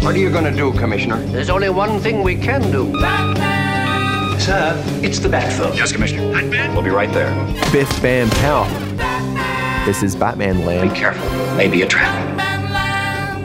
What are you going to do, Commissioner? There's only one thing we can do. Sir, it's the Bat Phone. Yes, Commissioner. Batman. We'll be right there. Biff Bam Pow. This is Batman Be Land. careful. Maybe a trap.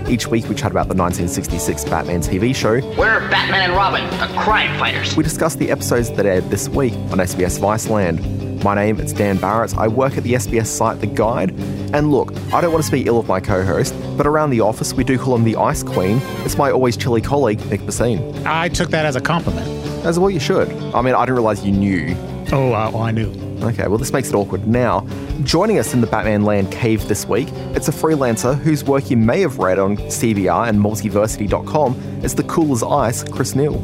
Each week we chat about the 1966 Batman TV show. We're Batman and Robin, a crime fighters. We discuss the episodes that aired this week on SBS Vice Land. My name is Dan Barrett. I work at the SBS site The Guide. And look, I don't want to speak ill of my co host, but around the office we do call him the Ice Queen. It's my always chilly colleague, Nick Bassine. I took that as a compliment. As well, you should. I mean, I didn't realize you knew Oh, uh, well, I knew. Okay, well, this makes it awkward now. Joining us in the Batman Land cave this week, it's a freelancer whose work you may have read on CBR and multiversity.com. It's the cool as ice, Chris Neal.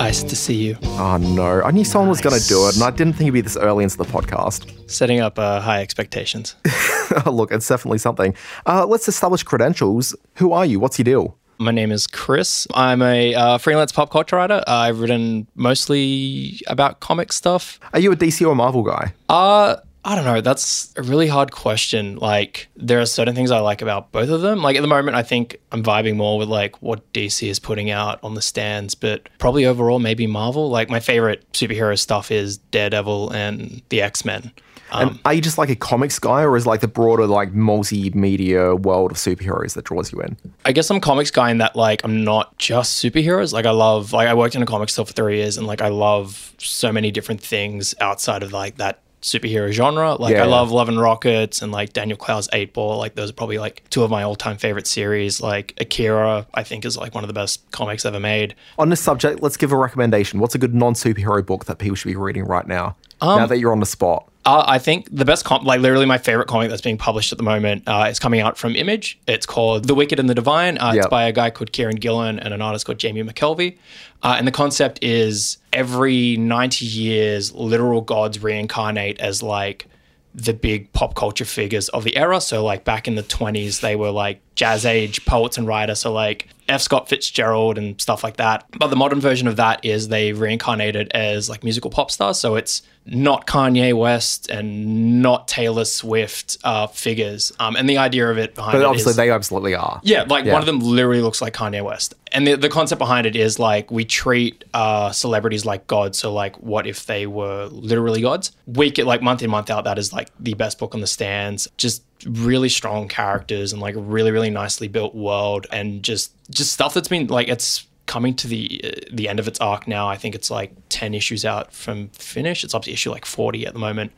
Ice to see you. Oh, no. I knew someone was going to do it, and I didn't think it'd be this early into the podcast. Setting up uh, high expectations. Look, it's definitely something. Uh, let's establish credentials. Who are you? What's your deal? My name is Chris. I'm a uh, freelance pop culture writer. I've written mostly about comic stuff. Are you a DC or Marvel guy? Uh, I don't know. That's a really hard question. Like, there are certain things I like about both of them. Like, at the moment, I think I'm vibing more with like what DC is putting out on the stands, but probably overall, maybe Marvel. Like, my favorite superhero stuff is Daredevil and the X Men. And are you just like a comics guy, or is like the broader like multimedia world of superheroes that draws you in? I guess I'm a comics guy in that like I'm not just superheroes. Like I love like I worked in a comic store for three years and like I love so many different things outside of like that superhero genre. Like Yeah. I love Love and Rockets and like Daniel Clow's Eight Ball. Like those are probably like two of my all time favorite series. Like Akira, I think is like one of the best comics ever made. On this subject, let's give a recommendation. What's a good non superhero book that people should be reading right now? now that you're on the spot. Uh, Um, I think the best comp, like literally my favorite comic that's being published at the moment, uh, is coming out from Image. It's called The Wicked and the Divine. Uh, Yep. It's by a guy called Kieran Gillen and an artist called Jamie McKelvey. Uh, and the concept is every 90 years, literal gods reincarnate as like the big pop culture figures of the era. So like back in the 20s, they were like jazz age poets and writers. So like F. Scott Fitzgerald and stuff like that. But the modern version of that is they reincarnated as like musical pop stars. So it's not Kanye West and not Taylor Swift uh, figures. Um, and the idea of it behind But it obviously, is- they absolutely are. yeah, like one of them literally looks like Kanye West. And the, the concept behind it is like we treat uh, celebrities like gods. So, like, what if they were literally gods? Week it, like, month in, month out, that is like the best book on the stands. Just really strong characters and like really, really nicely built world and just just stuff that's been like it's coming to the uh, the end of its arc now. I think it's like 10 issues out from finish. It's up to issue like 40 at the moment.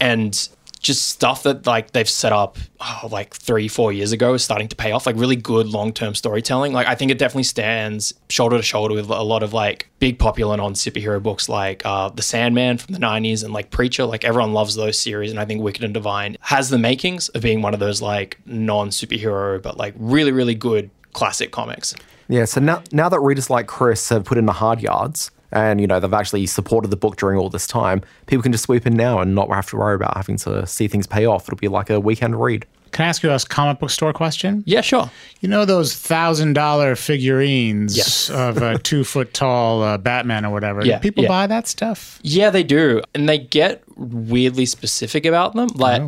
And just stuff that like they've set up oh, like three four years ago is starting to pay off like really good long-term storytelling like i think it definitely stands shoulder to shoulder with a lot of like big popular non-superhero books like uh, the sandman from the 90s and like preacher like everyone loves those series and i think wicked and divine has the makings of being one of those like non-superhero but like really really good classic comics Yeah. So now, now that readers like Chris have put in the hard yards and, you know, they've actually supported the book during all this time, people can just sweep in now and not have to worry about having to see things pay off. It'll be like a weekend read. Can I ask you a comic book store question? yeah sure You know those thousand dollar figurines Yes. of a two foot tall uh, Batman or whatever? Yeah, Do people yeah. buy that stuff? Yeah, they do. And they get weirdly specific about them. Like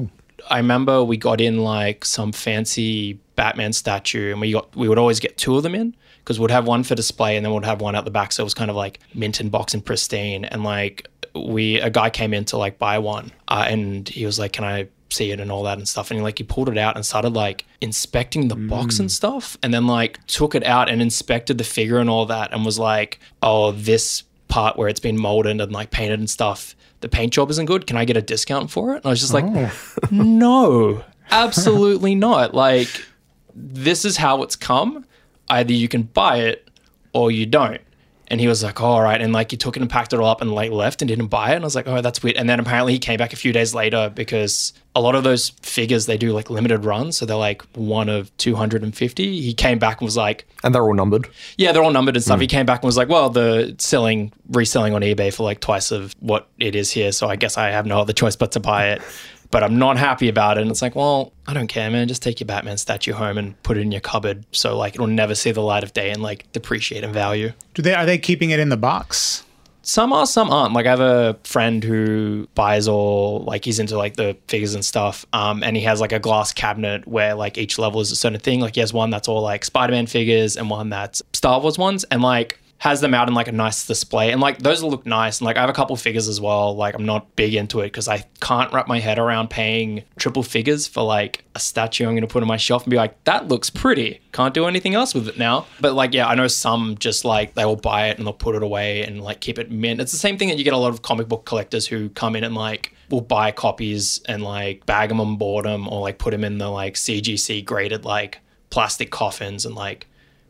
I remember we got in like some fancy Batman statue and we got we would always get two of them in because we'd have one for display and then we'd have one out the back so it was kind of like mint in box and pristine and like we a guy came in to like buy one uh, and he was like can I see it and all that and stuff and he like he pulled it out and started like inspecting the box and stuff and then like took it out and inspected the figure and all that and was like oh this part where it's been molded and like painted and stuff. The paint job isn't good. Can I get a discount for it? And I was just like, no, absolutely not. Like, this is how it's come. Either you can buy it or you don't. And he was like, "Oh, all right. And like, he took it and packed it all up and like left and didn't buy it. And I was like, oh, that's weird. And then apparently he came back a few days later because a lot of those figures, they do like limited runs. So they're like one of 250. He came back and was like, And they're all numbered. yeah, they're all numbered and stuff. He came back and was like, "Well, the selling, reselling on eBay for like twice of what it is here, so I guess I have no other choice but to buy it." But I'm not happy about it. And it's like, well, I don't care, man. Just take your Batman statue home and put it in your cupboard, so like it'll never see the light of day and like depreciate in value. Do they are they keeping it in the box? Some are, some aren't. Like I have a friend who buys all like he's into like the figures and stuff. Um, and he has like a glass cabinet where like each level is a certain thing. Like he has one that's all like Spider-Man figures and one that's Star Wars ones, and like has them out in like a nice display. And like those look nice. And like I have a couple figures as well. Like I'm not big into it because I can't wrap my head around paying triple figures for like a statue I'm gonna put on my shelf and be like, that looks pretty. Can't do anything else with it now. But like yeah, I know some just like they will buy it and they'll put it away and like keep it mint. It's the same thing that you get a lot of comic book collectors who come in and like will buy copies and like bag them and board them or like put them in the like CGC graded like plastic coffins and like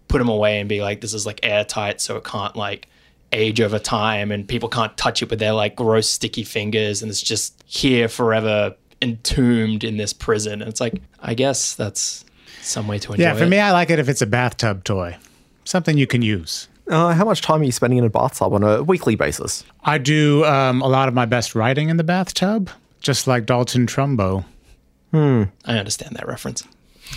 put them away and be like, this is like airtight, so it can't like age over time, and people can't touch it with their like gross sticky fingers, and it's just here forever, entombed in this prison. And it's like, I guess that's some way to enjoy Yeah, for it. me, I like it if it's a bathtub toy, something you can use. Uh, how much time are you spending in a bathtub on a weekly basis? I do um, a lot of my best writing in the bathtub, just like Dalton Trumbo. I understand that reference.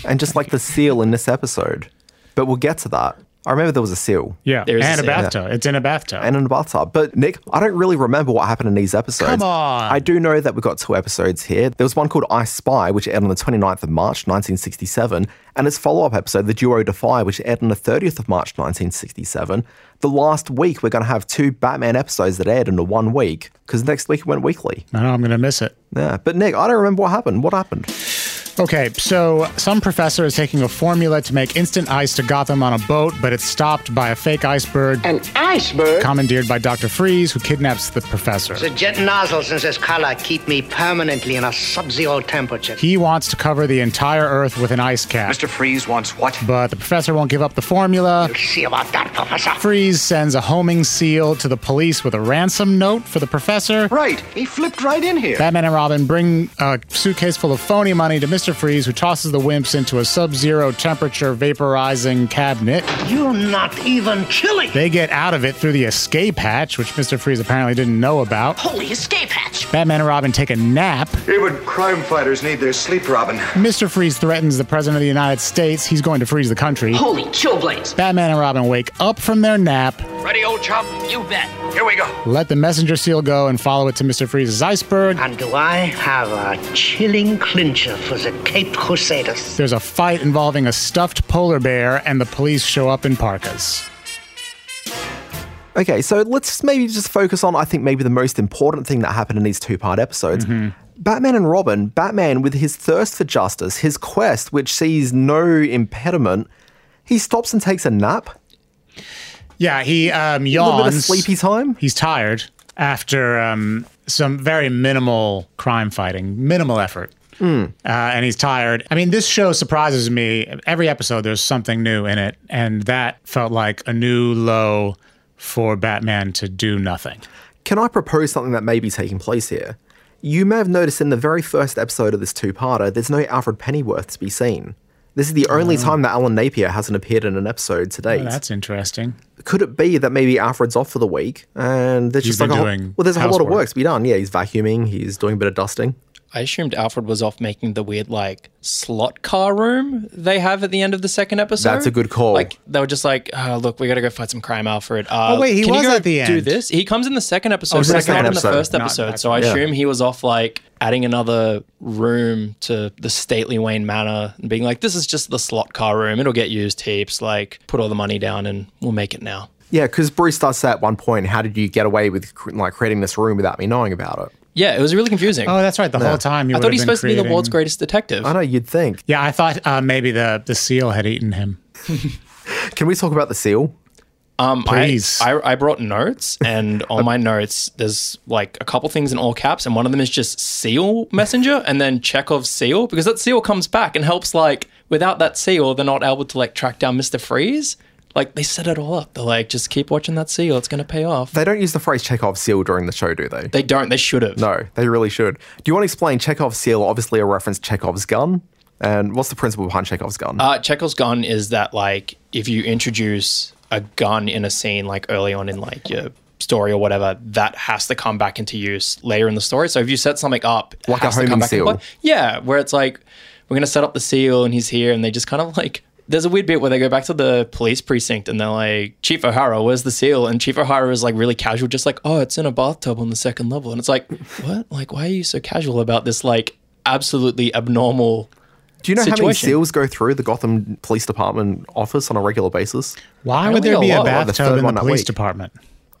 And just like the seal in this episode. But we'll get to that. I remember there was a seal Yeah, There is a and a, scene. bathtub. It's in a bathtub. and in a bathtub. But Nick, I don't really remember what happened in these episodes. Come on. I do know that we've got two episodes here. There was one called I Spy, which aired on the 29th of March 1967, and its follow up episode, The Duo Defy, which aired on the 30th of March 1967. The last week, we're going to have two Batman episodes that aired into one week, because next week it went weekly. I know I'm going to miss it. Yeah. But Nick, I don't remember what happened. What happened? Okay, so some professor is taking a formula to make instant ice to Gotham on a boat, but it's stopped by a fake iceberg. An iceberg? Commandeered by Dr. Freeze, who kidnaps the professor. The jet nozzles in this collar keep me permanently in a sub-zero temperature. He wants to cover the entire Earth with an ice cap. Mr. Freeze wants what? But the professor won't give up the formula. See about that, Professor. Freeze sends a homing seal to the police with a ransom note for the professor. Right. He flipped right in here. Batman and Robin bring a suitcase full of phony money to Mr. Freeze, who tosses the wimps into a sub zero temperature vaporizing cabinet. You're not even chilly. They get out of it through the escape hatch, which Mr. Freeze apparently didn't know about. Holy escape hatch! Batman and Robin take a nap. Even crime fighters need their sleep, Robin. Mr. Freeze threatens the President of the United States. He's going to freeze the country. Holy chillblades! Batman and Robin wake up from their nap, Ready, old chum? You bet. Here we go. let the messenger seal go, and follow it to Mr. Freeze's iceberg. And do I have a chilling clincher for the Caped Crusaders? There's a fight involving a stuffed polar bear, and the police show up in parkas. Okay, so let's maybe just focus on, I think, maybe the most important thing that happened in these two part episodes. Mm-hmm. Batman and Robin, Batman with his thirst for justice, his quest, which sees no impediment, he stops and takes a nap. Yeah, he um, A little yawns. bit of sleepy time. He's tired after um, some very minimal crime fighting, minimal effort. Hmm. Uh, and he's tired. I mean, this show surprises me. Every episode, there's something new in it. And that felt like a new low for Batman to do nothing. Can I propose something that may be taking place here? You may have noticed in the very first episode of this two parter, there's no Alfred Pennyworth to be seen. This is the only time that Alan Napier hasn't appeared in an episode to date. Oh. Well, that's interesting. could it be that maybe Alfred's off for the week and there's He's just like been a whole- doing well, there's a whole lot of housework. work to be done. Yeah, he's vacuuming, he's doing a bit of dusting. I assumed Alfred was off making the weird like slot car room they have at the end of the second episode. That's a good call. Like they were just like, uh, look, we got to go fight some crime, Alfred. Uh, Oh, wait, he can you was go at the Do end. this. He comes in the second episode. but Oh, second he's not episode. in the first Not episode. back- so I yeah. assume he was off like adding another room to the stately Wayne Manor and being like, this is just the slot car room. It'll get used heaps. Like put all the money down and we'll make it now. Yeah, because Bruce does say at one point, "How did you get away with cr- like creating this room without me knowing about it?" Yeah, it was really confusing. Oh, that's right. The whole time he I would thought have he's been supposed to be the creating- world's greatest detective. I know you'd think. Yeah, I thought uh, maybe the, the seal had eaten him. Can we talk about the seal? Um, I- Please. I, I, brought notes, and on my notes, there's like a couple things in all caps, and one of them is just seal messenger, and then Chekhov's seal, because that seal comes back and helps. Like without that seal, they're not able to like track down Mister Freeze. Like they set it all up. They're like, just keep watching that seal; it's gonna pay off. They don't use the phrase Chekhov's seal during the show, do they? They don't. They should have. No, they really should. Do you want to explain Chekhov's seal? Obviously, a reference to Chekhov's gun. And what's the principle behind Chekhov's gun? Uh, Chekhov's gun is that like if you introduce a gun in a scene like early on in like your story or whatever, that has to come back into use later in the story. So if you set something up, it Like a has to homing come back seal. into play. yeah, where it's like we're gonna set up the seal and he's here, and they just kind of like There's a weird bit where they go back to the police precinct and they're like, Chief O'Hara, where's the seal? And Chief O'Hara is like really casual, just like, oh, it's in a bathtub on the second level. And it's like, what? Like, why are you so casual about this, like, absolutely abnormal? Do you know how many Situation. seals go through the Gotham Police Department office on a regular basis? Why Only would there a be a lot, like the bathtub third in one the that police week. department?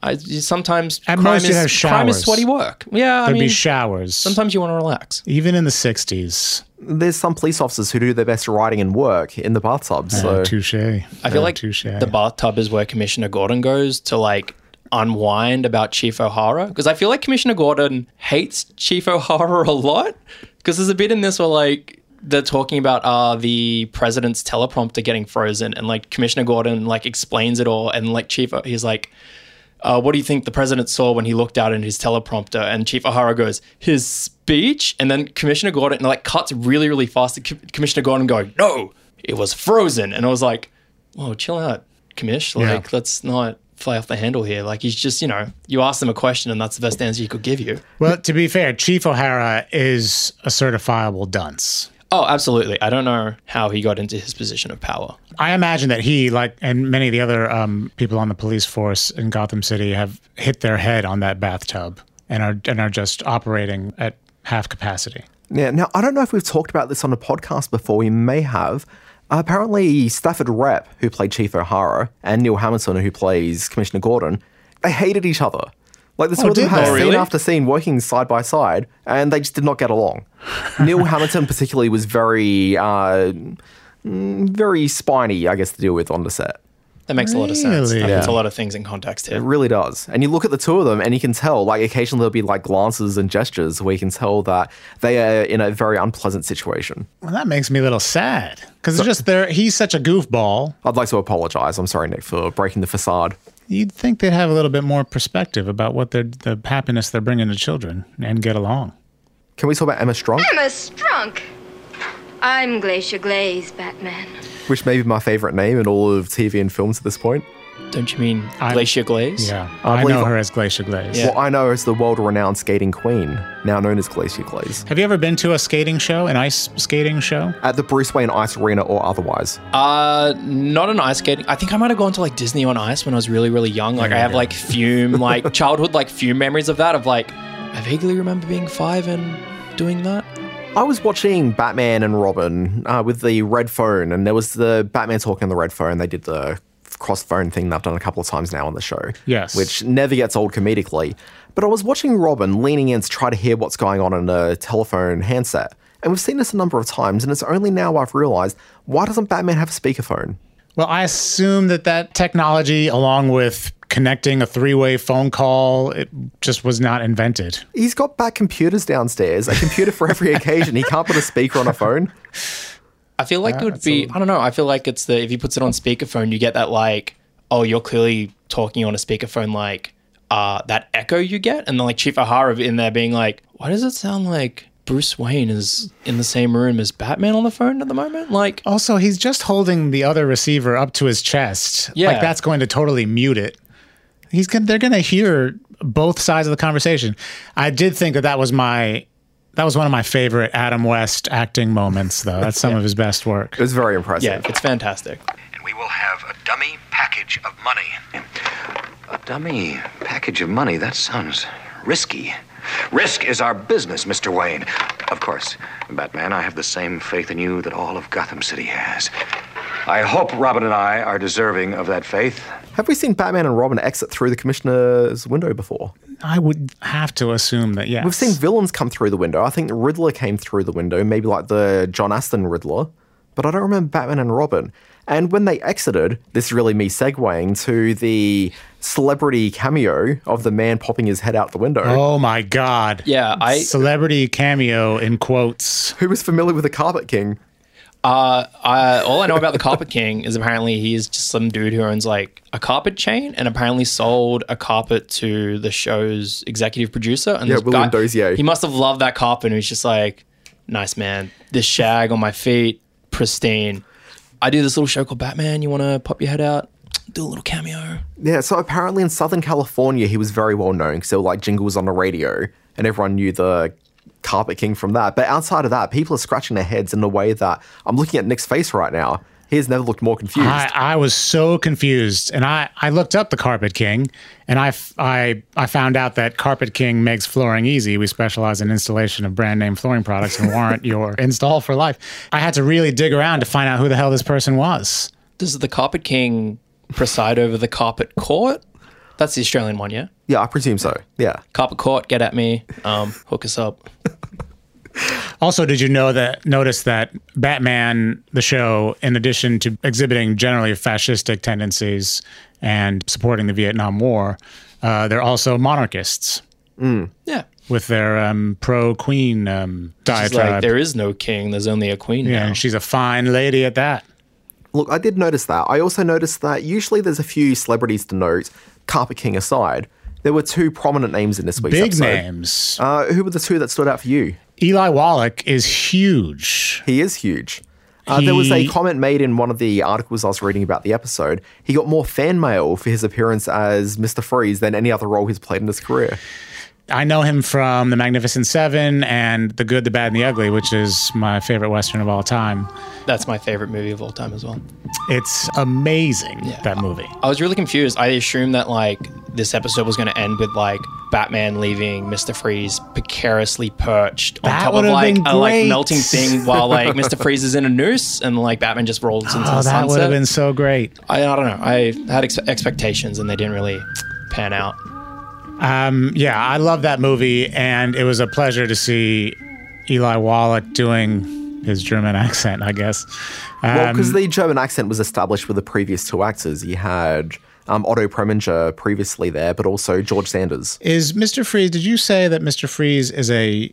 I, sometimes At crime, most you'd is, have crime is showers. sweaty work. Yeah, I There'd mean, be showers. sometimes you want to relax. Even in the 60s. There's some police officers who do their best writing and work in the bathtub. So Oh, touche. I feel like touche. the bathtub is where Commissioner Gordon goes to like unwind about Chief O'Hara because I feel like Commissioner Gordon hates Chief O'Hara a lot because there's a bit in this where like they're talking about uh the president's teleprompter getting frozen and like Commissioner Gordon like explains it all and like Chief he's like uh, what do you think the president saw when he looked out in his teleprompter? And Chief O'Hara goes, his speech? And then Commissioner Gordon, and it, like cuts really, really fast. to Co- Commissioner Gordon going, no, it was frozen. And I was like, whoa, chill out, Commish. Like, Yeah. let's not fly off the handle here. Like, he's just, you know, you asked him a question and that's the best answer he could give you. Well, to be fair, Chief O'Hara is a certifiable dunce. Oh, absolutely. I don't know how he got into his position of power. I imagine that he, like, and many of the other um, people on the police force in Gotham City have hit their head on that bathtub and are and are just operating at half capacity. Yeah. Now, I don't know if we've talked about this on a podcast before. We may have. Uh, apparently, Stafford Rep, who played Chief O'Hara, and Neil Hamilton, who plays Commissioner Gordon, they hated each other. Like the two of them did had they? scene Oh, really? after scene working side by side, and they just did not get along. Neil Hamilton, particularly, was very, uh, mm, very spiny, I guess, to deal with on the set. That makes a lot of sense. Really? That puts a Yeah. lot of things in context here. It really does. And you look at the two of them and you can tell, like, occasionally there'll be like glances and gestures where you can tell that they are in a very unpleasant situation. Well, that makes me a little sad because it's just there. He's such a goofball. I'd like to apologize. I'm sorry, Nick, for breaking the facade. You'd think they'd have a little bit more perspective about what they're, the happiness they're bringing to children and get along. Can we talk about Emma Strong, I'm a strunk. I'm Glacier Glaze, Batman. which may be my favorite name in all of TV and films at this point? Don't you mean Glacier Glaze? Yeah, I I, believe- know her as Glacier Glaze. Yeah. What I know as the world renowned skating queen, now known as Glacier Glaze, Have you ever been to a skating show, an ice skating show? at the Bruce Wayne Ice Arena or otherwise. Uh, not an ice skating. I think I might have gone to like Disney on Ice when I was really, really young. Like I have like fume, like childhood, like fume memories of that. Of like, I vaguely remember being five and doing that. I was watching Batman and Robin uh, with the red phone, and there was the Batman talking on the red phone. They did the cross phone thing that I've done a couple of times now on the show. Yes. Which never gets old comedically. But I was watching Robin leaning in to try to hear what's going on in a telephone handset. And we've seen this a number of times, and it's only now I've realized why doesn't Batman have a speakerphone? Well, I assume that that technology, along with connecting a three-way phone call, it just was not invented. He's got back computers downstairs, a computer for every occasion. He can't put a speaker on a phone. I feel like it would be. I I don't know. I feel like it's the if he puts it on speakerphone, you get that like, oh, you're clearly talking on a speakerphone, like uh, that echo you get, and then like Chief O'Hara in there being like, why does it sound like Bruce Wayne is in the same room as Batman on the phone at the moment? Like, Also, he's just holding the other receiver up to his chest. Yeah. Like that's going to totally mute it. He's gonna, they're going to hear both sides of the conversation. I did think that that was my that was one of my favorite Adam West acting moments though. That's some of his best work. It was very impressive. yeah, it's fantastic. And we will have a dummy package of money. A dummy package of money? That sounds risky. Risk is our business, Mr. Wayne. Of course, Batman, I have the same faith in you that all of Gotham City has. I hope Robin and I are deserving of that faith. Have we seen Batman and Robin exit through the commissioner's window before? I would have to assume that yes. We've seen villains come through the window. I think the Riddler came through the window, maybe like the John Aston Riddler, but I don't remember Batman and Robin. And when they exited, this is really me segueing to the celebrity cameo of the man popping his head out the window, Oh my god. Yeah, I- celebrity cameo in quotes. who was familiar with the Carpet King. Uh, all I know about the Carpet King is apparently he is just some dude who owns like a carpet chain and apparently sold a carpet to the show's executive producer. And Yeah, this William guy- Dozier. He must have loved that carpet and he's just like, nice man, this shag on my feet, pristine. I do this little show called Batman. You want to pop your head out? Do a little cameo. Yeah, so apparently in Southern California, he was very well known because there were like jingles on the radio and everyone knew the Carpet King from that. But outside of that, people are scratching their heads in a way that I'm looking at Nick's face right now. He's never looked more confused. I, I was so confused, and I, I looked up the Carpet King, and I, f- I, I found out that Carpet King makes flooring easy. We specialize in installation of brand name flooring products and warrant your install for life. I had to really dig around to find out who the hell this person was. Does the Carpet King preside over the Carpet Court? That's the Australian one, yeah? yeah, I presume so. Yeah. Carpet Court, get at me, um, hook us up. Also, did you know that notice that Batman the show, in addition to exhibiting generally fascistic tendencies and supporting the Vietnam War, uh, they're also monarchists Yeah. with their um, pro Queen um, It's diatribe. like there is no king, there's only a queen yeah, now. and she's a fine lady at that. Look, I did notice that. I also noticed that usually there's a few celebrities to note, Carpet King aside. There were two prominent names in this week's Big episode. names. Uh, who were the two that stood out for you? Eli Wallach is huge. He is huge. Uh, There was a He- comment made in one of the articles I was reading about the episode. He got more fan mail for his appearance as Mr. Freeze than any other role he's played in his career. I know him from The Magnificent Seven and The Good, the Bad, and the Ugly, which is my favorite Western of all time. That's my favorite movie of all time as well. It's amazing, that movie. I was really confused. I assumed that like this episode was going to end with like Batman leaving Mr. Freeze precariously perched on That top of would've like been a like great. melting thing while like Mr. Freeze is in a noose and like Batman just rolls into the Oh, that would sunset. have been so great. I, I don't know. I had ex- expectations and they didn't really pan out. Um, Yeah, I love that movie, and it was a pleasure to see Eli Wallach doing his German accent, I guess. Well, because Um, the German accent was established with the previous two actors. You had um, Otto Preminger previously there, but also George Sanders. is Mr. Freeze, did you say that Mr. Freeze is a.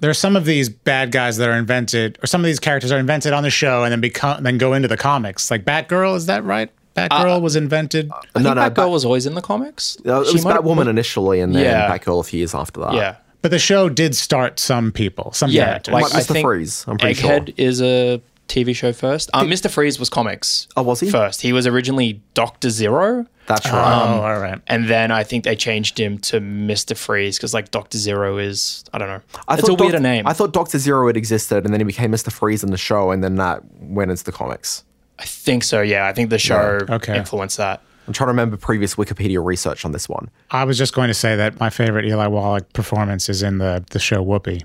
There are some of these bad guys that are invented, or some of these characters are invented on the show and then become, then go into the comics. Like Batgirl, is that right? Uh, Batgirl was invented. I No, think no, Batgirl Bat- was always in the comics. Uh, it She was might have- Batwoman initially, and then Yeah. Batgirl a few years after that. Yeah. But the show did start some people, some Yeah, characters. like Like I Mr. think Freeze, I'm pretty sure. Egghead is a TV show first. Uh, Mr. Freeze was comics. Oh, was he? first? He was originally Doctor Zero, That's oh, right. um, all right. and then I think they changed him to Mr. Freeze because like Doctor Zero is I don't know. I it's a thought weirder Doc- name. I thought Doctor Zero had existed, and then he became Mister Freeze in the show, and then that went into the comics. I think so. Yeah, I think the show Okay. influenced that. I'm trying to remember previous Wikipedia research on this one. I was just going to say that my favorite Eli Wallach performance is in the the show Whoopi.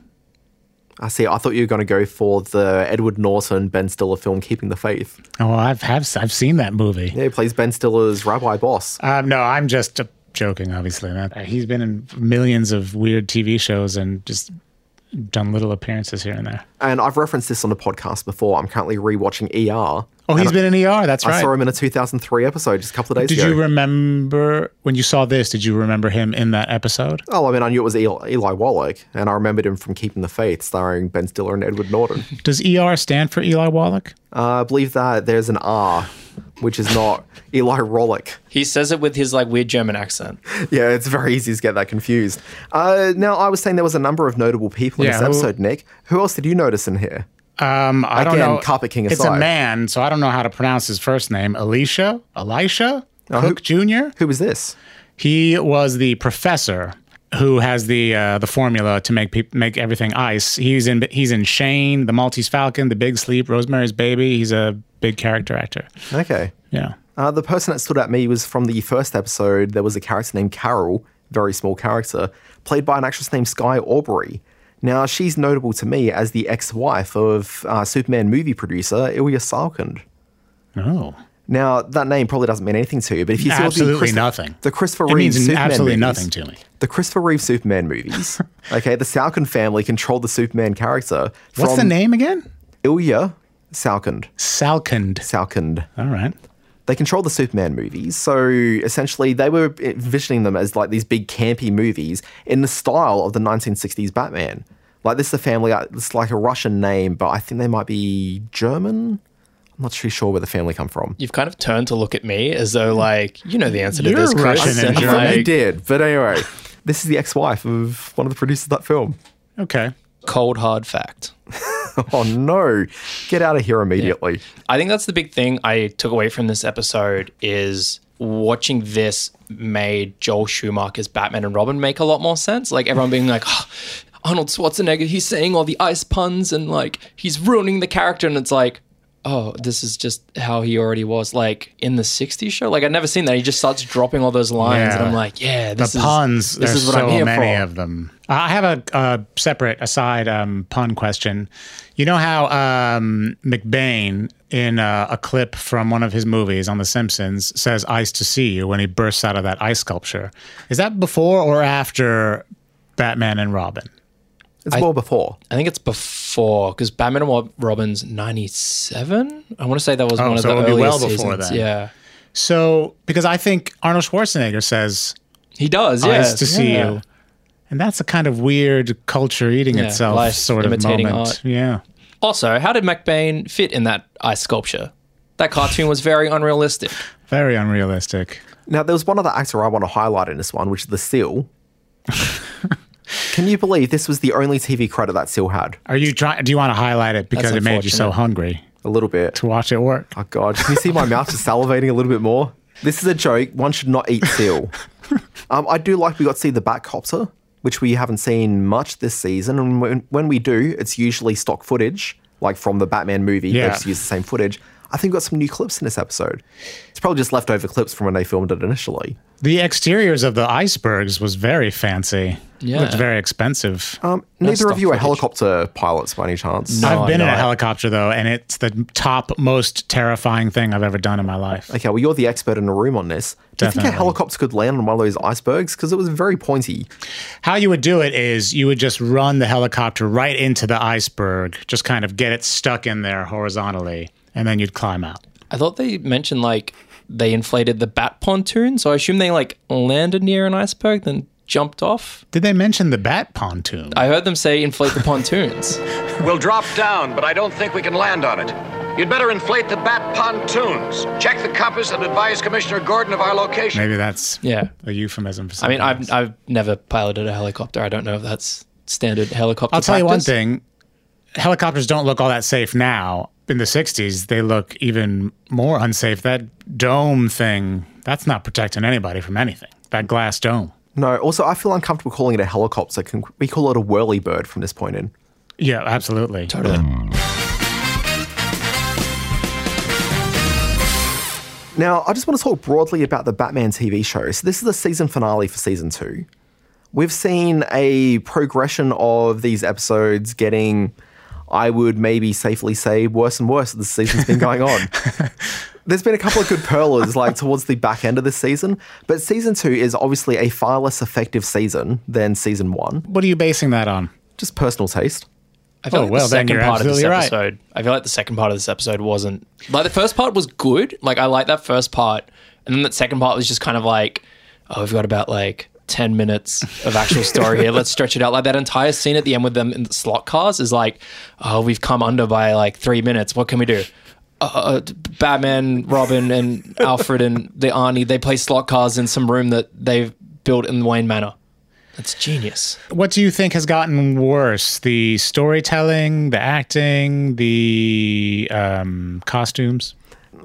I see. I thought you were going to go for the Edward Norton Ben Stiller film, Keeping the Faith. Oh, I've have I've seen that movie. Yeah, he plays Ben Stiller's rabbi boss. Um, no, I'm just uh, joking, obviously. man. Uh, He's been in millions of weird TV shows and just done little appearances here and there. And I've referenced this on the podcast before. I'm currently rewatching ER. Oh, and he's I- been in ER. That's I right. saw him E in a 2003 episode just a couple of days did ago. you remember when you saw this? Did you remember him in that episode? oh, I mean, I knew it was Eli, Eli Wallach, and I remembered him from Keeping the Faith, starring Ben Stiller and Edward Norton. Does ER stand for Eli Wallach? Uh, I believe that there's an R, which is not Eli Rollick. He says it with his like weird German accent. Yeah, it's very easy to get that confused. Uh, now, I was saying there was a number of notable people in Yeah, this who- episode, Nick. Who else did you notice in here? Um, I Again, don't know. Carpet King It's aside. a man, so I don't know how to pronounce his first name. Alicia, Elisha who- Cook Jr. Who was this? He was the professor who has the uh, the formula to make peop make everything ice. He's in he's in Shane, The Maltese Falcon, The Big Sleep, Rosemary's Baby. He's a big character actor. Okay. Yeah. Uh, the person that stood out me was from the first episode. There was a character named Carol, very small character, played by an actress named Sky Aubrey. Now, she's notable to me as the ex wife of uh, Superman movie producer Ilya Salkind. Oh. Now, that name probably doesn't mean anything to you, but if you see all the Absolutely Christo- nothing. The Christopher It Reeve means Superman absolutely movies, nothing to me. The Christopher Reeve Superman movies. okay, the Salkind family controlled the Superman character. From What's the name again? Ilya Salkind. Salkind. Salkind All right. they control the Superman movies. So essentially, they were envisioning them as like these big campy movies in the style of the 1960s Batman. Like this is a family, uh, it's like a Russian name, but I think they might be German. I'm not too sure where the family come from. You've kind of turned to look at me as though like you know the answer to You're this Russian question. and and, German. They like, did, but anyway, this is the ex-wife of one of the producers of that film. Okay. cold hard fact. Oh no, get out of here immediately! I think that's the big thing I took away from this episode is watching this made Joel Schumacher's Batman and Robin make a lot more sense. Like everyone being like, "Oh, Arnold Schwarzenegger, he's saying all the ice puns and like he's ruining the character, and it's like, oh, this is just how he already was like in the 60s show. Like I'd never seen that. He just starts dropping all those lines Yeah. and I'm like, yeah, The this is puns. This there's is what so I'm here many for. of them. I have a, a separate aside um, pun question. You know how um, McBain in uh, a clip from one of his movies on The Simpsons says "ice to see you" when he bursts out of that ice sculpture. Is that before or after Batman and Robin? It's more before. I think it's before because Batman and Rob- Robin's 97. I want to say that was Oh, one so of it the would be well earliest before seasons. then. Yeah. So because I think Arnold Schwarzenegger says He does. Yeah. "ice to see Yeah. you," and that's a kind of weird culture eating Yeah, itself life sort of imitating moment. art. Yeah. Also, how did McBain fit in that ice sculpture? That cartoon was very unrealistic. Very unrealistic. Now, there was one other actor I want to highlight in this one, which is the seal. Can you believe this was the only TV credit that seal had? Are you trying? Do you want to highlight it because it made you so unfortunate. hungry A little bit. to watch it work? Oh god, can you see my mouth just salivating a little bit more? This is a joke. One should not eat seal. um, I do like we got to see the Batcopter, which we haven't seen much this season, and when, when we do, it's usually stock footage, like from the Batman movie. They Yeah. just use the same footage. I think we got some new clips in this episode. It's probably just leftover clips from when they filmed it initially. The exteriors of the icebergs was very fancy. Yeah. looked very expensive. Um, neither of stock you are footage. helicopter pilots by any chance. No, I've been in I'm a not. helicopter though, and it's the top most terrifying thing I've ever done in my life. Okay, well, you're the expert in the room on this. Do you think a Definitely. helicopter could land on one of those icebergs? Because it was very pointy. How you would do it is you would just run the helicopter right into the iceberg, just kind of get it stuck in there horizontally, and then you'd climb out. I thought they mentioned like they inflated the bat pontoon, so I assume they like landed near an iceberg, then jumped off. Did they mention the bat pontoon? I heard them say inflate the pontoons. We'll drop down, but I don't think we can land on it. You'd better inflate the bat pontoons. Check the compass and advise Commissioner Gordon of our location. Maybe that's Yeah. a euphemism for I something. mean, I've else. I've never piloted a helicopter. I don't know if that's standard helicopter. I'll tell you one practice. thing. Helicopters don't look all that safe now. In the 60s, they look even more unsafe. That dome thing, that's not protecting anybody from anything. That glass dome. No, also, I feel uncomfortable calling it a helicopter. Can we call it a whirly bird from this point in? Yeah, absolutely. Totally. Now, I just want to talk broadly about the Batman TV show. So, this is the season finale for season two. We've seen a progression of these episodes getting, I would maybe safely say, worse and worse as the season's been going on. There's been a couple of good perlers like towards the back end of this season, but season two is obviously a far less effective season than season one. What are you basing that on? Just personal taste. I feel Oh, like well, the then second you're part of this absolutely right. episode. I feel like the second part of this episode wasn't like the first part was good. Like I like that first part, and then that second part was just kind of like, oh, we've got about like ten minutes of actual story here. Let's stretch it out. Like that entire scene at the end with them in the slot cars is like, oh, we've come under by like three minutes. What can we do? Uh, uh, Batman, Robin, and Alfred and the Arnie they play slot cars in some room that they've built in Wayne Manor. That's genius. What do you think has gotten worse? The storytelling, the acting, the um, costumes?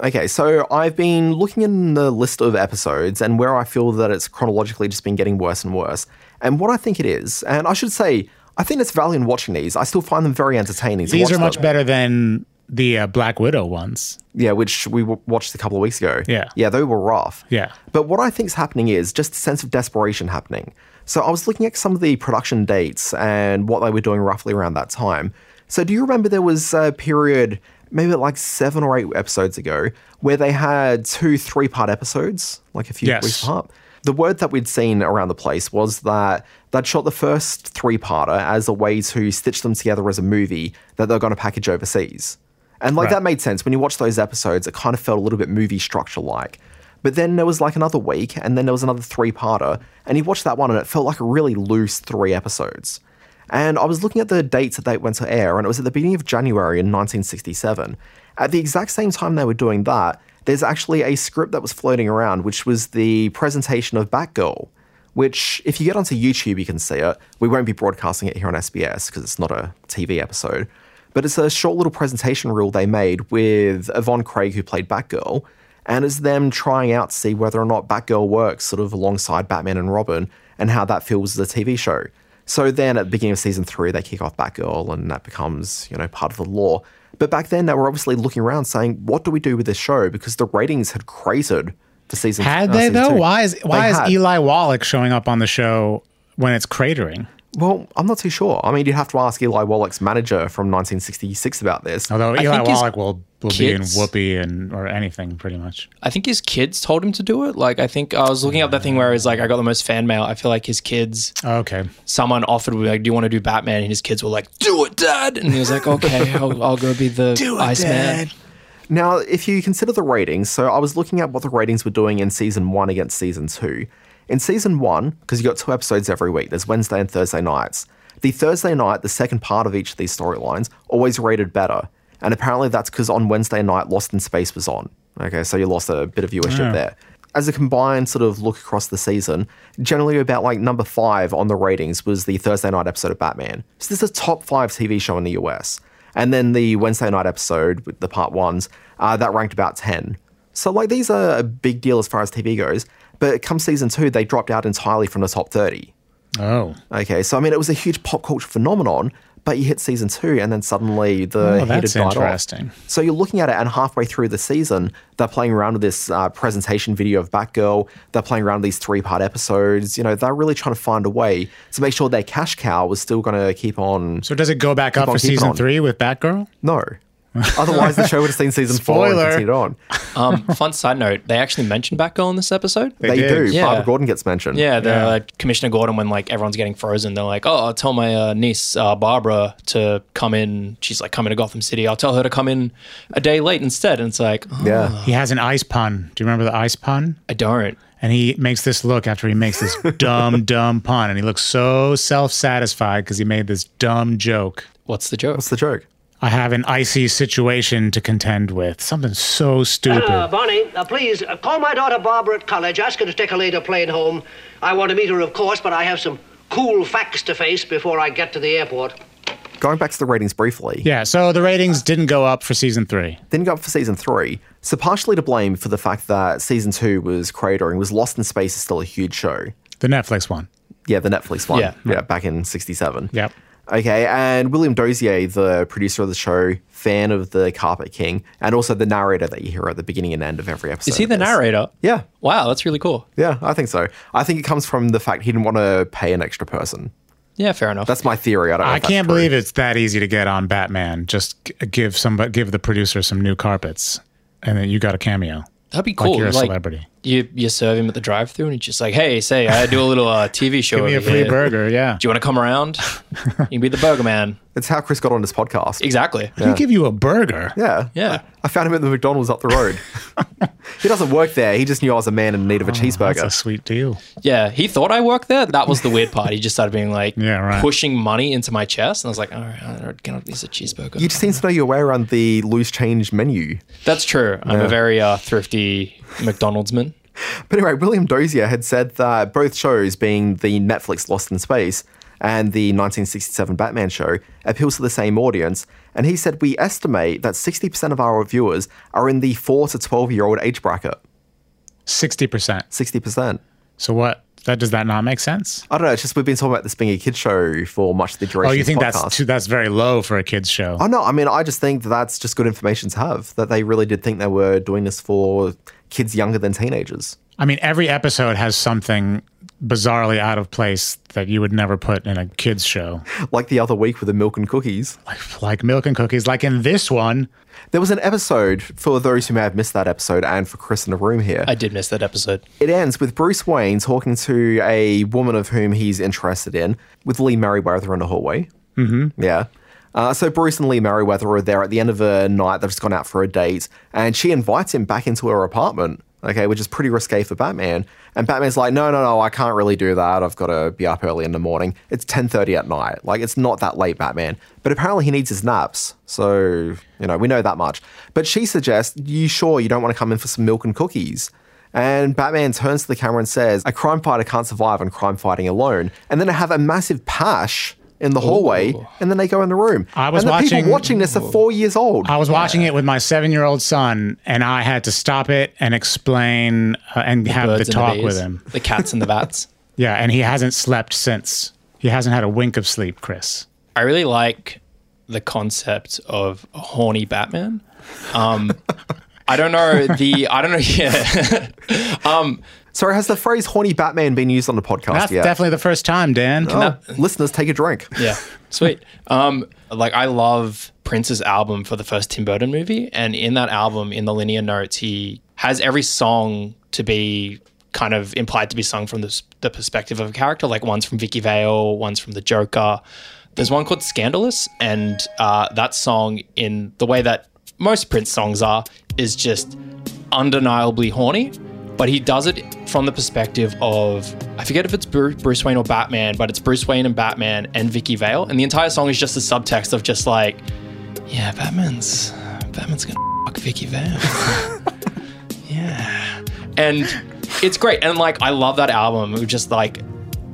Okay, so I've been looking in the list of episodes and where I feel that it's chronologically just been getting worse and worse. And what I think it is, and I should say, I think it's value in watching these. I still find them very entertaining. to These watch are much them. better than the uh, Black Widow ones. Yeah, which we w- watched a couple of weeks ago. Yeah. Yeah, they were rough. Yeah. But what I think's happening is just a sense of desperation happening. So I was looking at some of the production dates and what they were doing roughly around that time. So do you remember there was a period, maybe like seven or eight episodes ago, where they had two three part episodes, like a few Yes. weeks apart? The word that we'd seen around the place was that they'd shot the first three parter as a way to stitch them together as a movie that they're going to package overseas. And like Right. that made sense. When you watch those episodes, it kind of felt a little bit movie structure like. But then there was like another week, and then there was another three parter, and you watched that one, and it felt like a really loose three episodes. And I was looking at the dates that they went to air, and it was at the beginning of January in 1967. At the exact same time they were doing that, there's actually a script that was floating around, which was the presentation of Batgirl, which, if you get onto YouTube, you can see it. We won't be broadcasting it here on SBS because it's not a TV episode. But it's a short little presentation reel they made with Yvonne Craig, who played Batgirl, and it's them trying out to see whether or not Batgirl works sort of alongside Batman and Robin and how that feels as a TV show. So then at the beginning of season three, they kick off Batgirl and that becomes, you know, part of the law. But back then they were obviously looking around saying, what do we do with this show? Because the ratings had cratered for season Had uh, they season though? two. Why is why They is had. Eli Wallach showing up on the show when it's cratering? Well, I'm not too sure. I mean, you'd have to ask Eli Wallach's manager from 1966 about this. Although Eli think his Wallach will will be in kids- Whoopi and or anything pretty much. I think his kids told him to do it. Like I think I was looking up that thing where he's like, I got the most fan mail. I feel like his kids, Okay. someone offered would be like, Do you want to do Batman? And his kids were like, Do it, Dad. And he was like, Okay, I'll, I'll go be the Iceman. Now, if you consider the ratings, so I was looking at what the ratings were doing in season one against season two. In season one, because you got two episodes every week, there's Wednesday and Thursday nights. The Thursday night, the second part of each of these storylines, always rated better. And apparently that's because on Wednesday night, Lost in Space was on. Okay, so you lost a bit of viewership there. As a combined sort of look across the season, generally about like number five on the ratings was the Thursday night episode of Batman. So this is a top five TV show in the US. And then the Wednesday night episode with the part ones, uh, that ranked about 10. So, like, these are a big deal as far as TV goes, but come season two, they dropped out entirely from the top 30. Oh. Okay, so I mean, it was a huge pop culture phenomenon, but you hit season two and then suddenly the Oh, heat had that's died interesting. off. So you're looking at it, and halfway through the season, they're playing around with this uh, presentation video of Batgirl. They're playing around with these three part episodes. You know, they're really trying to find a way to make sure their cash cow was still going to keep on. So does it go back up on, for keep it season on. three with Batgirl? No. Otherwise, the show would have seen season four and Spoiler. continued on. Um, fun side note, they actually mentioned Batgirl in this episode. They, did. do. Yeah. Barbara Gordon gets mentioned. Yeah, the uh Commissioner Gordon, when like everyone's getting frozen, they're like, "Oh, I'll tell my uh, niece uh, Barbara to come in." She's like coming to Gotham City. I'll tell her to come in a day late instead. And it's like, oh, Yeah. He has an ice pun. Do you remember the ice pun? I don't. And he makes this look after he makes this dumb, dumb pun. And he looks so self satisfied because he made this dumb joke. What's the joke? What's the joke? I have an icy situation to contend with. Something so Uh, stupid. Bonnie, uh, please uh, call my daughter Barbara at college. Ask her to take a later plane home. I want to meet her, of course, but I have some cool facts to face before I get to the airport. Going back to the ratings briefly. Yeah, so the ratings didn't go up for season three. Then go up for season three. So partially to blame for the fact that season two was cratering, was Lost in Space is still a huge show. The Netflix one. Yeah, the Netflix one. Yeah. back in '67. Yep. Okay, and William Dozier, the producer of the show, fan of the Carpet King, and also the narrator that you hear at the beginning and end of every episode. Is he of the this. narrator? Yeah, Wow, that's really cool. yeah, I think so. I think it comes from the fact he didn't want to pay an extra person. Yeah, fair enough. That's my theory. I don't. Know I if that's can't true. believe it's that easy to get on Batman. Just g- give somebody, give the producer some new carpets, and then you got a cameo. That'd be cool. Like you're a celebrity. You you serve him at the drive-through, and he's just like, "Hey, say I do a little uh, TV show. Give me a over free here. burger. Yeah. Do you want to come around? you can be the burger man. It's how Chris got on this podcast. Exactly. We give you a burger. Yeah. Yeah. I found him at the McDonald's up the road. he doesn't work there. He just knew I was a man in need of a Oh, That's a cheeseburger. sweet deal. Yeah, he thought I worked there. That was the weird part. He just started being like Yeah, right. pushing money into my chest, and I was like, "All right, all right, can I use a cheeseburger?" You just seem to know your way around the loose change menu. That's true. I'm a very uh, thrifty McDonald's man. But anyway, William Dozier had said that both shows, being the Netflix Lost in Space and the 1967 Batman show, appeals to the same audience. And he said, We estimate that 60% of our viewers are in the 4 to 12 year old age bracket. Sixty percent. 60%. So what? That does that not make sense? I don't know. It's just we've been talking about this being a kid show for much of the duration. Oh, you of the think podcast. that's too, that's very low for a kids show? Oh no, I mean, I just think that that's just good information to have. That they really did think they were doing this for kids younger than teenagers. I mean, every episode has something bizarrely out of place that you would never put in a kids show, Like the other week with the milk and cookies, like like milk and cookies. Like in this one, there was an episode for those who may have missed that episode, and for Chris in the room here. I did miss that episode. It ends with Bruce Wayne talking to a woman of whom he's interested in, with Lee Merriweather in the hallway. Mm-hmm. Yeah. Uh, so Bruce and Lee Merriweather are there at the end of a night. They've just gone out for a date, and she invites him back into her apartment. Okay, which is pretty risque for Batman. And Batman's like, no, no, no, I can't really do that. I've got to be up early in the morning. It's ten thirty at night. Like it's not that late, Batman. But apparently he needs his naps. So you know we know that much. But she suggests, you sure you don't want to come in for some milk and cookies? And Batman turns to the camera and says, A crime fighter can't survive on crime fighting alone. And then I have a massive pash in the hallway, and then they go in the room. I was and the watching- people watching this are four years old. I was watching it with my seven-year-old son, and I had to stop it and explain uh, and have the Birds and talk bees, with him. The cats and the bats. Yeah, and he hasn't slept since. He hasn't had a wink of sleep, Chris. I really like the concept of a horny Batman. Um, I don't know the I don't know yeah. um, Sorry, has the phrase horny Batman been used on the podcast That's yet? definitely the first time, Dan. Oh, listeners, take a drink. yeah, sweet. Um, like I love Prince's album for the first Tim Burton movie, and in that album, in the linear notes, he has every song to be kind of implied to be sung from the, the perspective of a character. Like one's from Vicky Vale, one's from the Joker. There's one called "Scandalous," and uh, that song, in the way that most Prince songs are, is just undeniably horny. But he does it from the perspective of I forget if it's Bru- Bruce Wayne or Batman, but it's Bruce Wayne and Batman and Vicky Vale, and the entire song is just a subtext of just like, yeah, Batman's Batman's gonna fuck Vicky Vale, yeah, and it's great, and like I love that album. It was just like.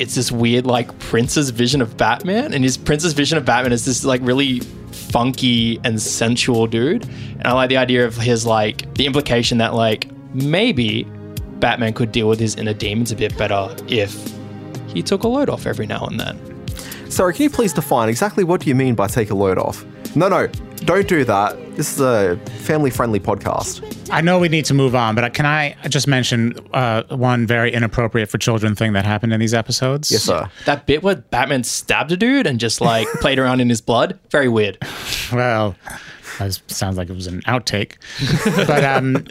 It's this weird, like Prince's vision of Batman, and his Prince's vision of Batman is this like really funky and sensual dude. And I like the idea of his like the implication that like maybe Batman could deal with his inner demons a bit better if he took a load off every now and then. Sorry, can you please define exactly what do you mean by take a load off? No, no, don't do that. This is a family-friendly podcast. I know we need to move on, but can I just mention uh, one very inappropriate for children thing that happened in these episodes? Yes, sir. That bit where Batman stabbed a dude and just like played around in his blood, very weird. Well, that was- sounds like it was an outtake. but um,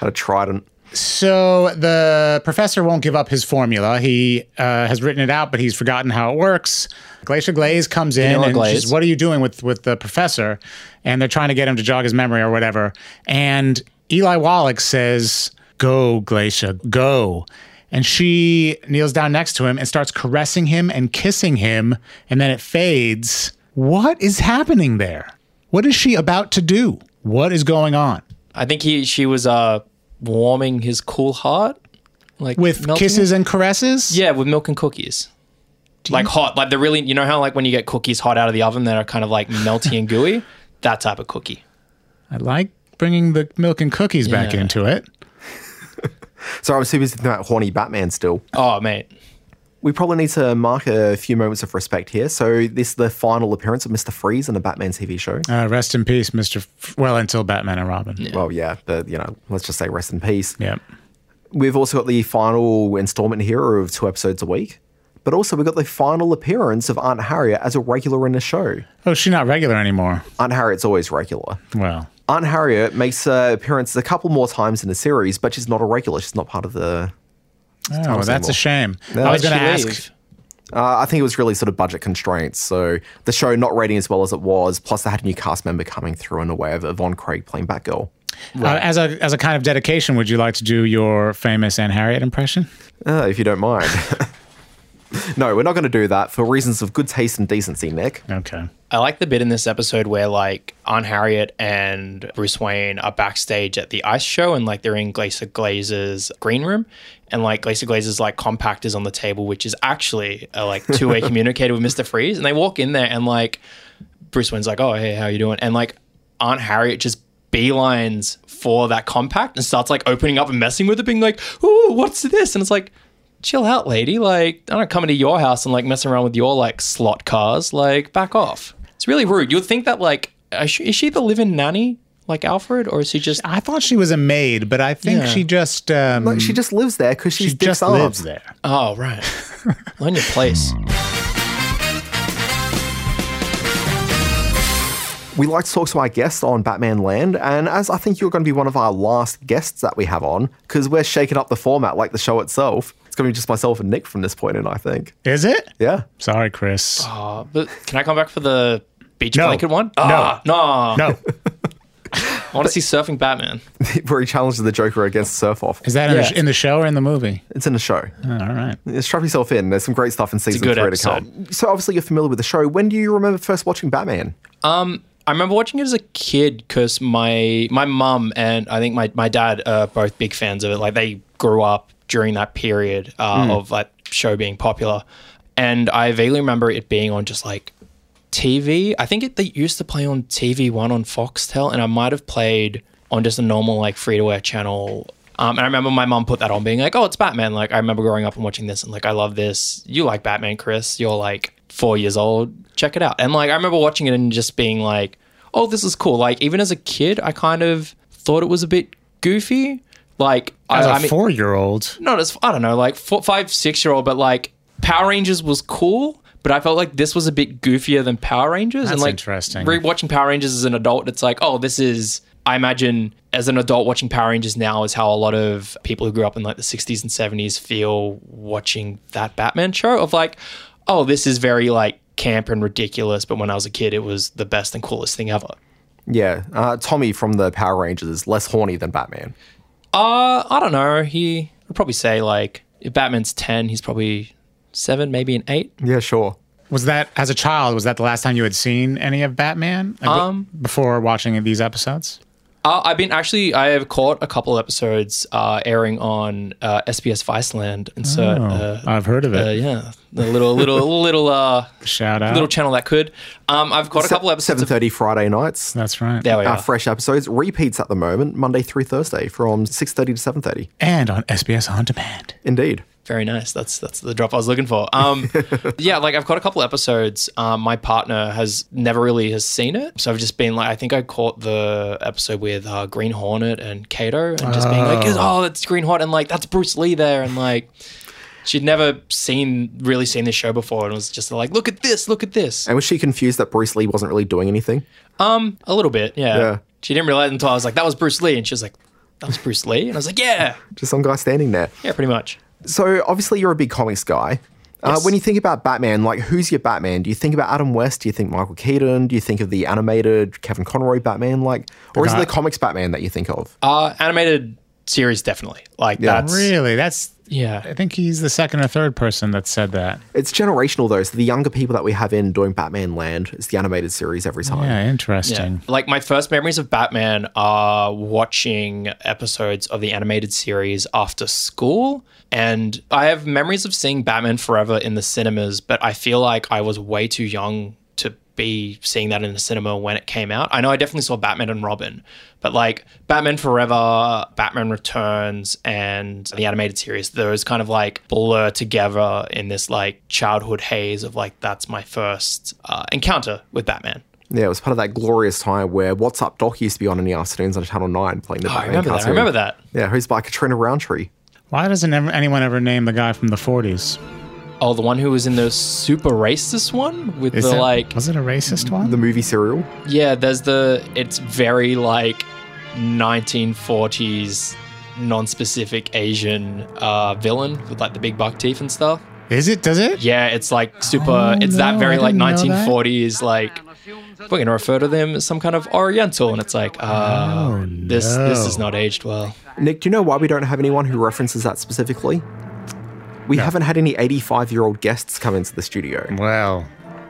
Had a trident. so the professor won't give up his formula. He uh, has written it out, but he's forgotten how it works. Glacier Glaze comes in Vanilla and Glaze. she's, "What are you doing with with the professor?" And they're trying to get him to jog his memory or whatever. And Eli Wallach says, "Go, Glacier, go." And she kneels down next to him and starts caressing him and kissing him. And then it fades. What is happening there? What is she about to do? What is going on? I think he she was uh warming his cool heart. Like With melting kisses it. and caresses? Yeah, with milk and cookies. Like hot, like the really, you know how like when you get cookies hot out of the oven that are kind of like melty and gooey? That type of cookie. I like bringing the milk and cookies back Yeah. into it. Sorry, I'm super thinking about horny Batman still. Oh, mate. We probably need to mark a few moments of respect here. So this is the final appearance of Mister Freeze in the Batman TV show. Uh, rest in peace, Mr. F- well, until Batman and Robin. Yeah. Well, yeah, but you know, let's just say rest in peace. We've also got the final installment here of two episodes a week, but also we've got the final appearance of Aunt Harriet as a regular in the show. Oh, she's not regular anymore. Aunt Harriet's always regular. Well, Aunt Harriet makes uh, appearances a couple more times in the series, but she's not a regular. She's not part of the. oh, that's a Seymour. shame. I was going to ask. Uh, I think it was really sort of budget constraints. So the show not rating as well as it was, plus they had a new cast member coming through in the way of Yvonne Craig playing Batgirl. Uh, as a as a kind of dedication, would you like to do your famous Anne Harriet impression? Uh, if you don't mind. no, we're not going to do that for reasons of good taste and decency, Nick. Okay. I like the bit in this episode where like Aunt Harriet and Bruce Wayne are backstage at the ice show and like they're in Glacier Glazer's green room and like Glacier Glazer's like compact is on the table, which is actually a like two-way communicator with Mr. Freeze. And they walk in there and like Bruce Wayne's like, Oh, hey, how you doing? And like Aunt Harriet just beelines for that compact and starts like opening up and messing with it, being like, Ooh, what's this? And it's like Chill out, lady. Like, I don't come into your house and like messing around with your like slot cars. Like, back off. It's really rude. You'd think that like, is she, is she the live-in nanny like Alfred, or is she just? I thought she was a maid, but I think Yeah. she just um, Like, she just lives there because she she's Dick's just aunt. lives there. Oh right, learn your place. We like to talk to our guests on Batman Land, and as I think you're going to be one of our last guests that we have on, because we're shaking up the format like the show itself. It's going to be just myself and Nick from this point in, I think. Is it? Yeah. Sorry, Chris. Uh, but can I come back for the beach No. blanket one? No. Ah, no, No, I want to see surfing Batman. Where he challenges the Joker against Surf Off. is that in, the, Yeah. in the show or in the movie? It's in the show. Oh, all right. Strap yourself in. There's some great stuff in season good three to episode. come. So, obviously, you're familiar with the show. When do you remember first watching Batman? I remember watching it as a kid because my my mum and I think my, my dad are both big fans of it. Like they grew up during that period uh, of that show being popular, and I vaguely remember it being on just like TV. I think it, they used to play on TV One on Foxtel, and I might have played on just a normal like free to air channel Um, and I remember my mom put that on, being like, "Oh, it's Batman." Like I remember growing up and watching this, and like I love this. You like Batman, Chris? You're like four years old. Check it out. And like I remember watching it and just being like, "Oh, this is cool." Like even as a kid, I kind of thought it was a bit goofy. Like As a I a I mean, four year old, not as I don't know, like four, five, six year old, but like Power Rangers was cool, but I felt like this was a bit goofier than Power Rangers. and That's like interesting. Rewatching Power Rangers as an adult, it's like, oh, this is. I imagine as an adult watching Power Rangers now is how a lot of people who grew up in like the 60s and 70s feel watching that Batman show of like, oh, this is very like camp and ridiculous, but when I was a kid, it was the best and coolest thing ever. Yeah, uh, Tommy from the Power Rangers is less horny than Batman. Uh, I don't know. He would probably say like if Batman's 10, he's probably seven, maybe an eight. Yeah, sure. was that as a child? Was that the last time you had seen any of Batman? Like, Um, before watching these episodes. Uh, I've been actually, I have caught a couple episodes uh, airing on uh, SBS Viceland. Insert, Oh, uh, I've heard of uh, it. yeah, the little, little, little, uh, Shout out. little channel that could. Um, I've caught a couple episodes. Seven uh, Of, thirty Friday nights. That's right. there we Our are. fresh episodes repeats at the moment, Monday through Thursday from six thirty to seven thirty. and on SBS On Demand. Indeed. Very nice. That's that's the drop I was looking for. Um, yeah, like I've caught a couple episodes. Um, my partner has never really has seen it, so I've just been like, I think I caught the episode with uh, Green Hornet and Kato, and just being like, oh, that's Green Hornet, and like that's Bruce Lee there, and like she'd never seen really seen this show before, and was just like, look at this, look at this, And was she confused that Bruce Lee wasn't really doing anything? a little bit, yeah. Yeah. She didn't realize until I was like, that was Bruce Lee, and she was like, that was Bruce Lee, and I was like, yeah, Just some guy standing there. yeah, pretty much. So obviously you're a big comics guy. Uh, Yes. when you think about Batman, like who's your Batman? Do you think about Adam West? Do you think Michael Keaton? Do you think of the animated Kevin Conroy Batman? Like, or is it guy- the comics Batman that you think of? Uh, animated series definitely like that's Really? That's. yeah I think he's the second or third person that said that. It's generational though. So the younger people that we have in doing Batman Land, it's the animated series every time. Yeah, interesting. Like my first memories of Batman are watching episodes of the animated series after school. And I have memories of seeing Batman Forever in the cinemas, but I feel like I was way too young to be seeing that in the cinema when it came out. I know I definitely saw Batman and Robin, but like Batman Forever, Batman Returns, and the animated series, those kind of like blur together in this like childhood haze of like, that's my first uh, encounter with Batman. Yeah, it was part of that glorious time where What's Up Doc used to be on in the afternoons on Channel 9 playing the Oh, I Batman remember that. cartoon. I remember that. Yeah, who's by Katrina Roundtree. Why doesn't ever, anyone ever name the guy from the 40s? Oh, the one who was in the super racist one with Is the it- like, was it a racist one? The movie serial. yeah. There's the it's very like 1940s non-specific Asian uh, villain with like the big buck teeth and stuff. Is it? Does it? Yeah, it's like super. Oh, it's that no, very I like didn't know that. 1940s like. We're gonna refer to them as some kind of Oriental, and it's Oh, like, uh, this this is not aged well. Nick, do you know why we don't have anyone who references that specifically? We haven't had any 85 year old guests come into the studio. Well,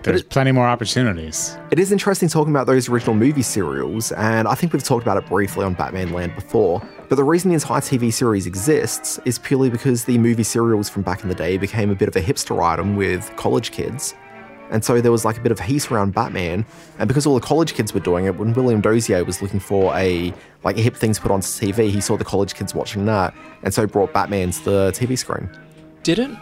there's plenty more opportunities. It is interesting talking about those original movie serials, and I think we've talked about it briefly on Batman Land before. But the reason the entire TV series exists is purely because the movie serials from back in the day became a bit of a hipster item with college kids. And so there was like a bit of heat around Batman. And because all the college kids were doing it, when William Dozier was looking for a like hip things put onto TV, he saw the college kids watching that, and so brought Batman to the TV screen. didn't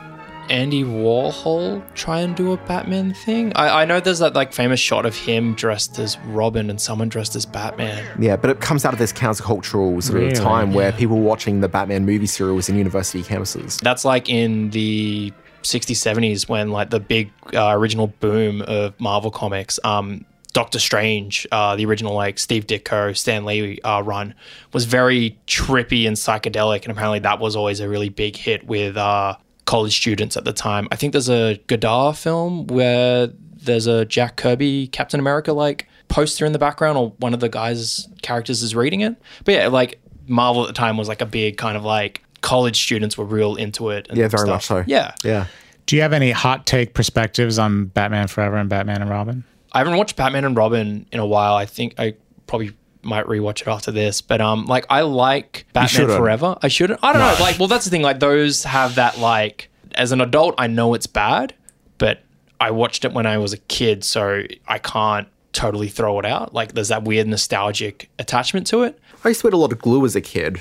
Andy Warhol try and do a Batman thing? I, I know there's that like famous shot of him dressed as Robin and someone dressed as Batman. Yeah, but it comes out of this countercultural sort Really? of time where people were watching the Batman movie serials in university campuses. That's like in the 60s, 70s when like the big uh, original boom of Marvel comics. Um, Doctor Strange, uh, the original like Steve Ditko, Stan Lee uh, run was very trippy and psychedelic, and apparently that was always a really big hit with uh, college students at the time. I think there's a Godard film where there's a Jack Kirby Captain America like poster in the background, or one of the guys' characters is reading it. But yeah, like Marvel at the time was like a big kind of like college students were real into it. And Yeah, very stuff. much so. Yeah, Yeah. Do you have any hot take perspectives on Batman Forever and Batman and Robin? I haven't watched Batman and Robin in a while. I think I probably might rewatch it after this. But um, like I like Batman shouldn't. Forever. I shouldn't. I don't know. Like, well, that's the thing. Like those have that like. As an adult, I know it's bad, but I watched it when I was a kid, so I can't totally throw it out. Like there's that weird nostalgic attachment to it. I used to eat a lot of glue as a kid.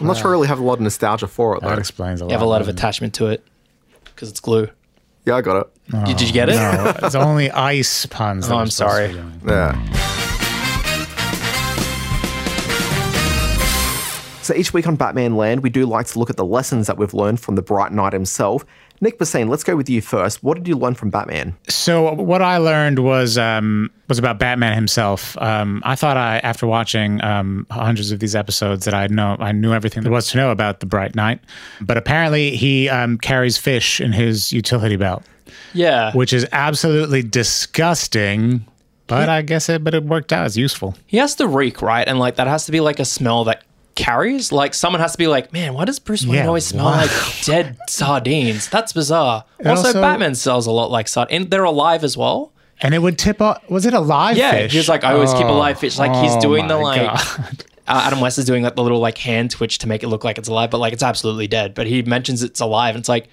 I'm not sure I really have a lot of nostalgia for it, though. That explains a lot. You have a lot of doesn't attachment to it because it's glue. yeah, I got it. Oh. You- Did you get it? it? it's only ice puns. that Oh, we're I'm supposed to sorry. be doing. Yeah. So each week on Batman Land, we do like to look at the lessons that we've learned from the Bright Knight himself. Nick Bassine, let's go with you first. What did you learn from Batman? So what I learned was um, was about Batman himself. Um, I thought I, after watching um, hundreds of these episodes, that I know I knew everything there was to know about the Bright Knight, but apparently he um, carries fish in his utility belt, Yeah. which is absolutely disgusting. But I guess it, but it worked out. It's useful. He has to reek, right? And like that has to be like a smell that carries. Like someone has to be like, man, why does Bruce Wayne Yeah, always smell why?" like dead sardines? That's bizarre. Also, also- Batman smells a lot like sardines. And they're alive as well. And it would tip off. Was it a live Yeah, fish? he's like, I always keep a live fish. Like he's Oh doing the my like. God. Uh, Adam West is doing like the little like hand twitch to make it look like it's alive, but like it's absolutely dead. But he mentions it's alive, and it's like,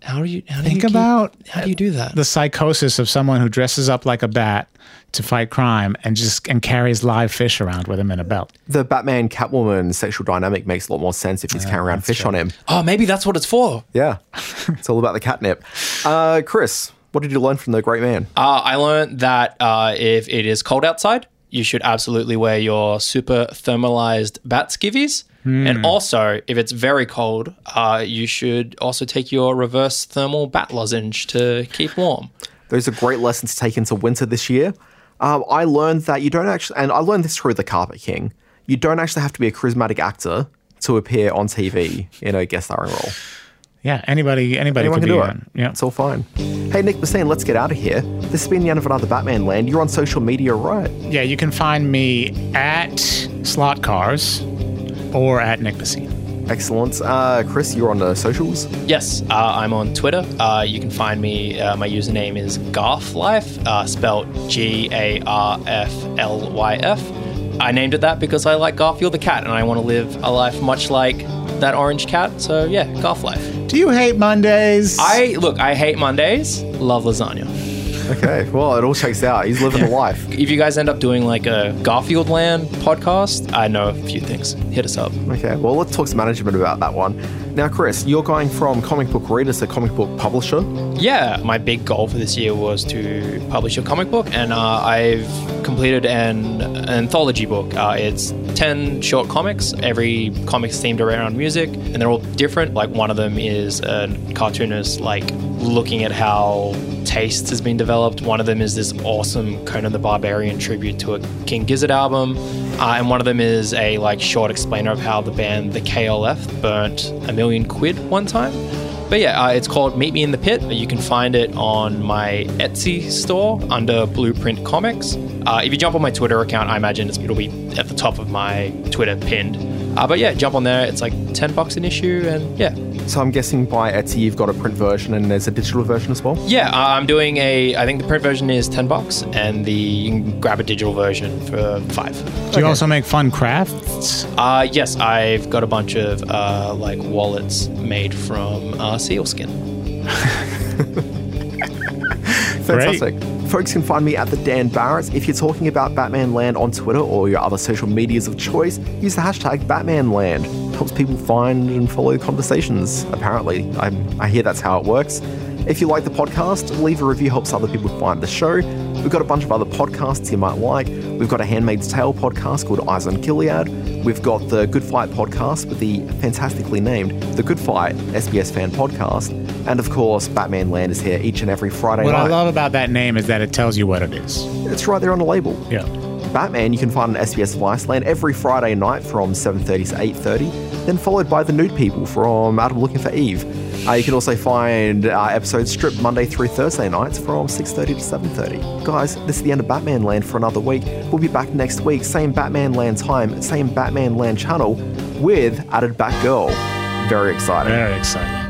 how do you how do Think you keep- about how do you do that? the psychosis of someone who dresses up like a bat to fight crime and just and carries live fish around with him in a belt. The Batman Catwoman sexual dynamic makes a lot more sense if he's carrying around fish on him. oh, maybe that's what it's for. Yeah. it's all about the catnip. Uh, Chris, what did you learn from the great man? Uh, I learned that uh, if it is cold outside, you should absolutely wear your super thermalized bat skivvies. And also, if it's very cold, uh, you should also take your reverse thermal bat lozenge to keep warm. Those are great lessons to take into winter this year. Um, I learned that you don't actually, and I learned this through The Carpet King, you don't actually have to be a charismatic actor to appear on TV in a guest starring role. Yeah, anybody anybody Anyone could can do be it. in. Yeah. It's all fine. Hey, Nick Bassine, let's get out of here. This has been the end of another Batman Land. You're on social media, right? yeah, you can find me at Slot Cars or at Nick Bassine. Excellent. Uh, Chris, you're on the socials. Yes, uh, I'm on Twitter. Uh, you can find me. Uh, my username is Garflife, uh, spelled G A R F L Y F. I named it that because I like Garfield the cat, and I want to live a life much like that orange cat. So yeah, Garflife. Do you hate Mondays? I look. I hate Mondays. Love lasagna. Okay, well, it all checks out. He's living the life. If you guys end up doing like a Garfield Land podcast, I know a few things. Hit us up. Okay, well, let's talk to management about that one. Now, Chris, you're going from comic book reader to comic book publisher. Yeah, my big goal for this year was to publish a comic book, and uh, I've completed an anthology book. Uh, it's 10 short comics, every comic's themed around music, and they're all different. Like, one of them is a cartoonist, like, looking at how taste has been developed. One of them is this awesome Conan the Barbarian tribute to a King Gizzard album, uh, and one of them is a, like, short explainer of how the band The KLF burnt a million quid one time. But yeah, uh, it's called Meet Me in the Pit. You can find it on my Etsy store under Blueprint Comics. Uh, if you jump on my Twitter account, I imagine it's, it'll be at the top of my Twitter pinned. Uh, but yeah, jump on there. It's like 10 bucks an issue. And yeah, So I'm guessing by Etsy, you've got a print version and there's a digital version as well. yeah, uh, I'm doing a, I think the print version is 10 bucks and the, you can grab a digital version for five. Do you also make fun crafts? Uh, yes, I've got a bunch of uh, like wallets made from uh, seal skin. Fantastic. Folks can find me at the Dan Barrett. If you're talking about Batman Land on Twitter or your other social medias of choice, use the hashtag BatmanLand. Helps people find and follow conversations, apparently. i I hear that's how it works. If you like the podcast, leave a review, helps other people find the show. We've got a bunch of other podcasts you might like. We've got a Handmaid's Tale podcast called Eyes on Gilead. We've got the Good Fight podcast with the fantastically named The Good Fight SBS Fan Podcast. And of course, Batman Land is here each and every Friday What night. I love about that name is that it tells you what it is. It's right there on the label. Yeah. Batman you can find on SBS Viceland every Friday night from 7.30 to 8.30, then followed by The Nude People from Out of Looking for Eve. Uh, you can also find our episodes stripped Monday through Thursday nights from 6.30 to 7.30. Guys, this is the end of Batman Land for another week. We'll be back next week, same Batman Land time, same Batman Land channel, with added Batgirl. Very exciting. Very exciting.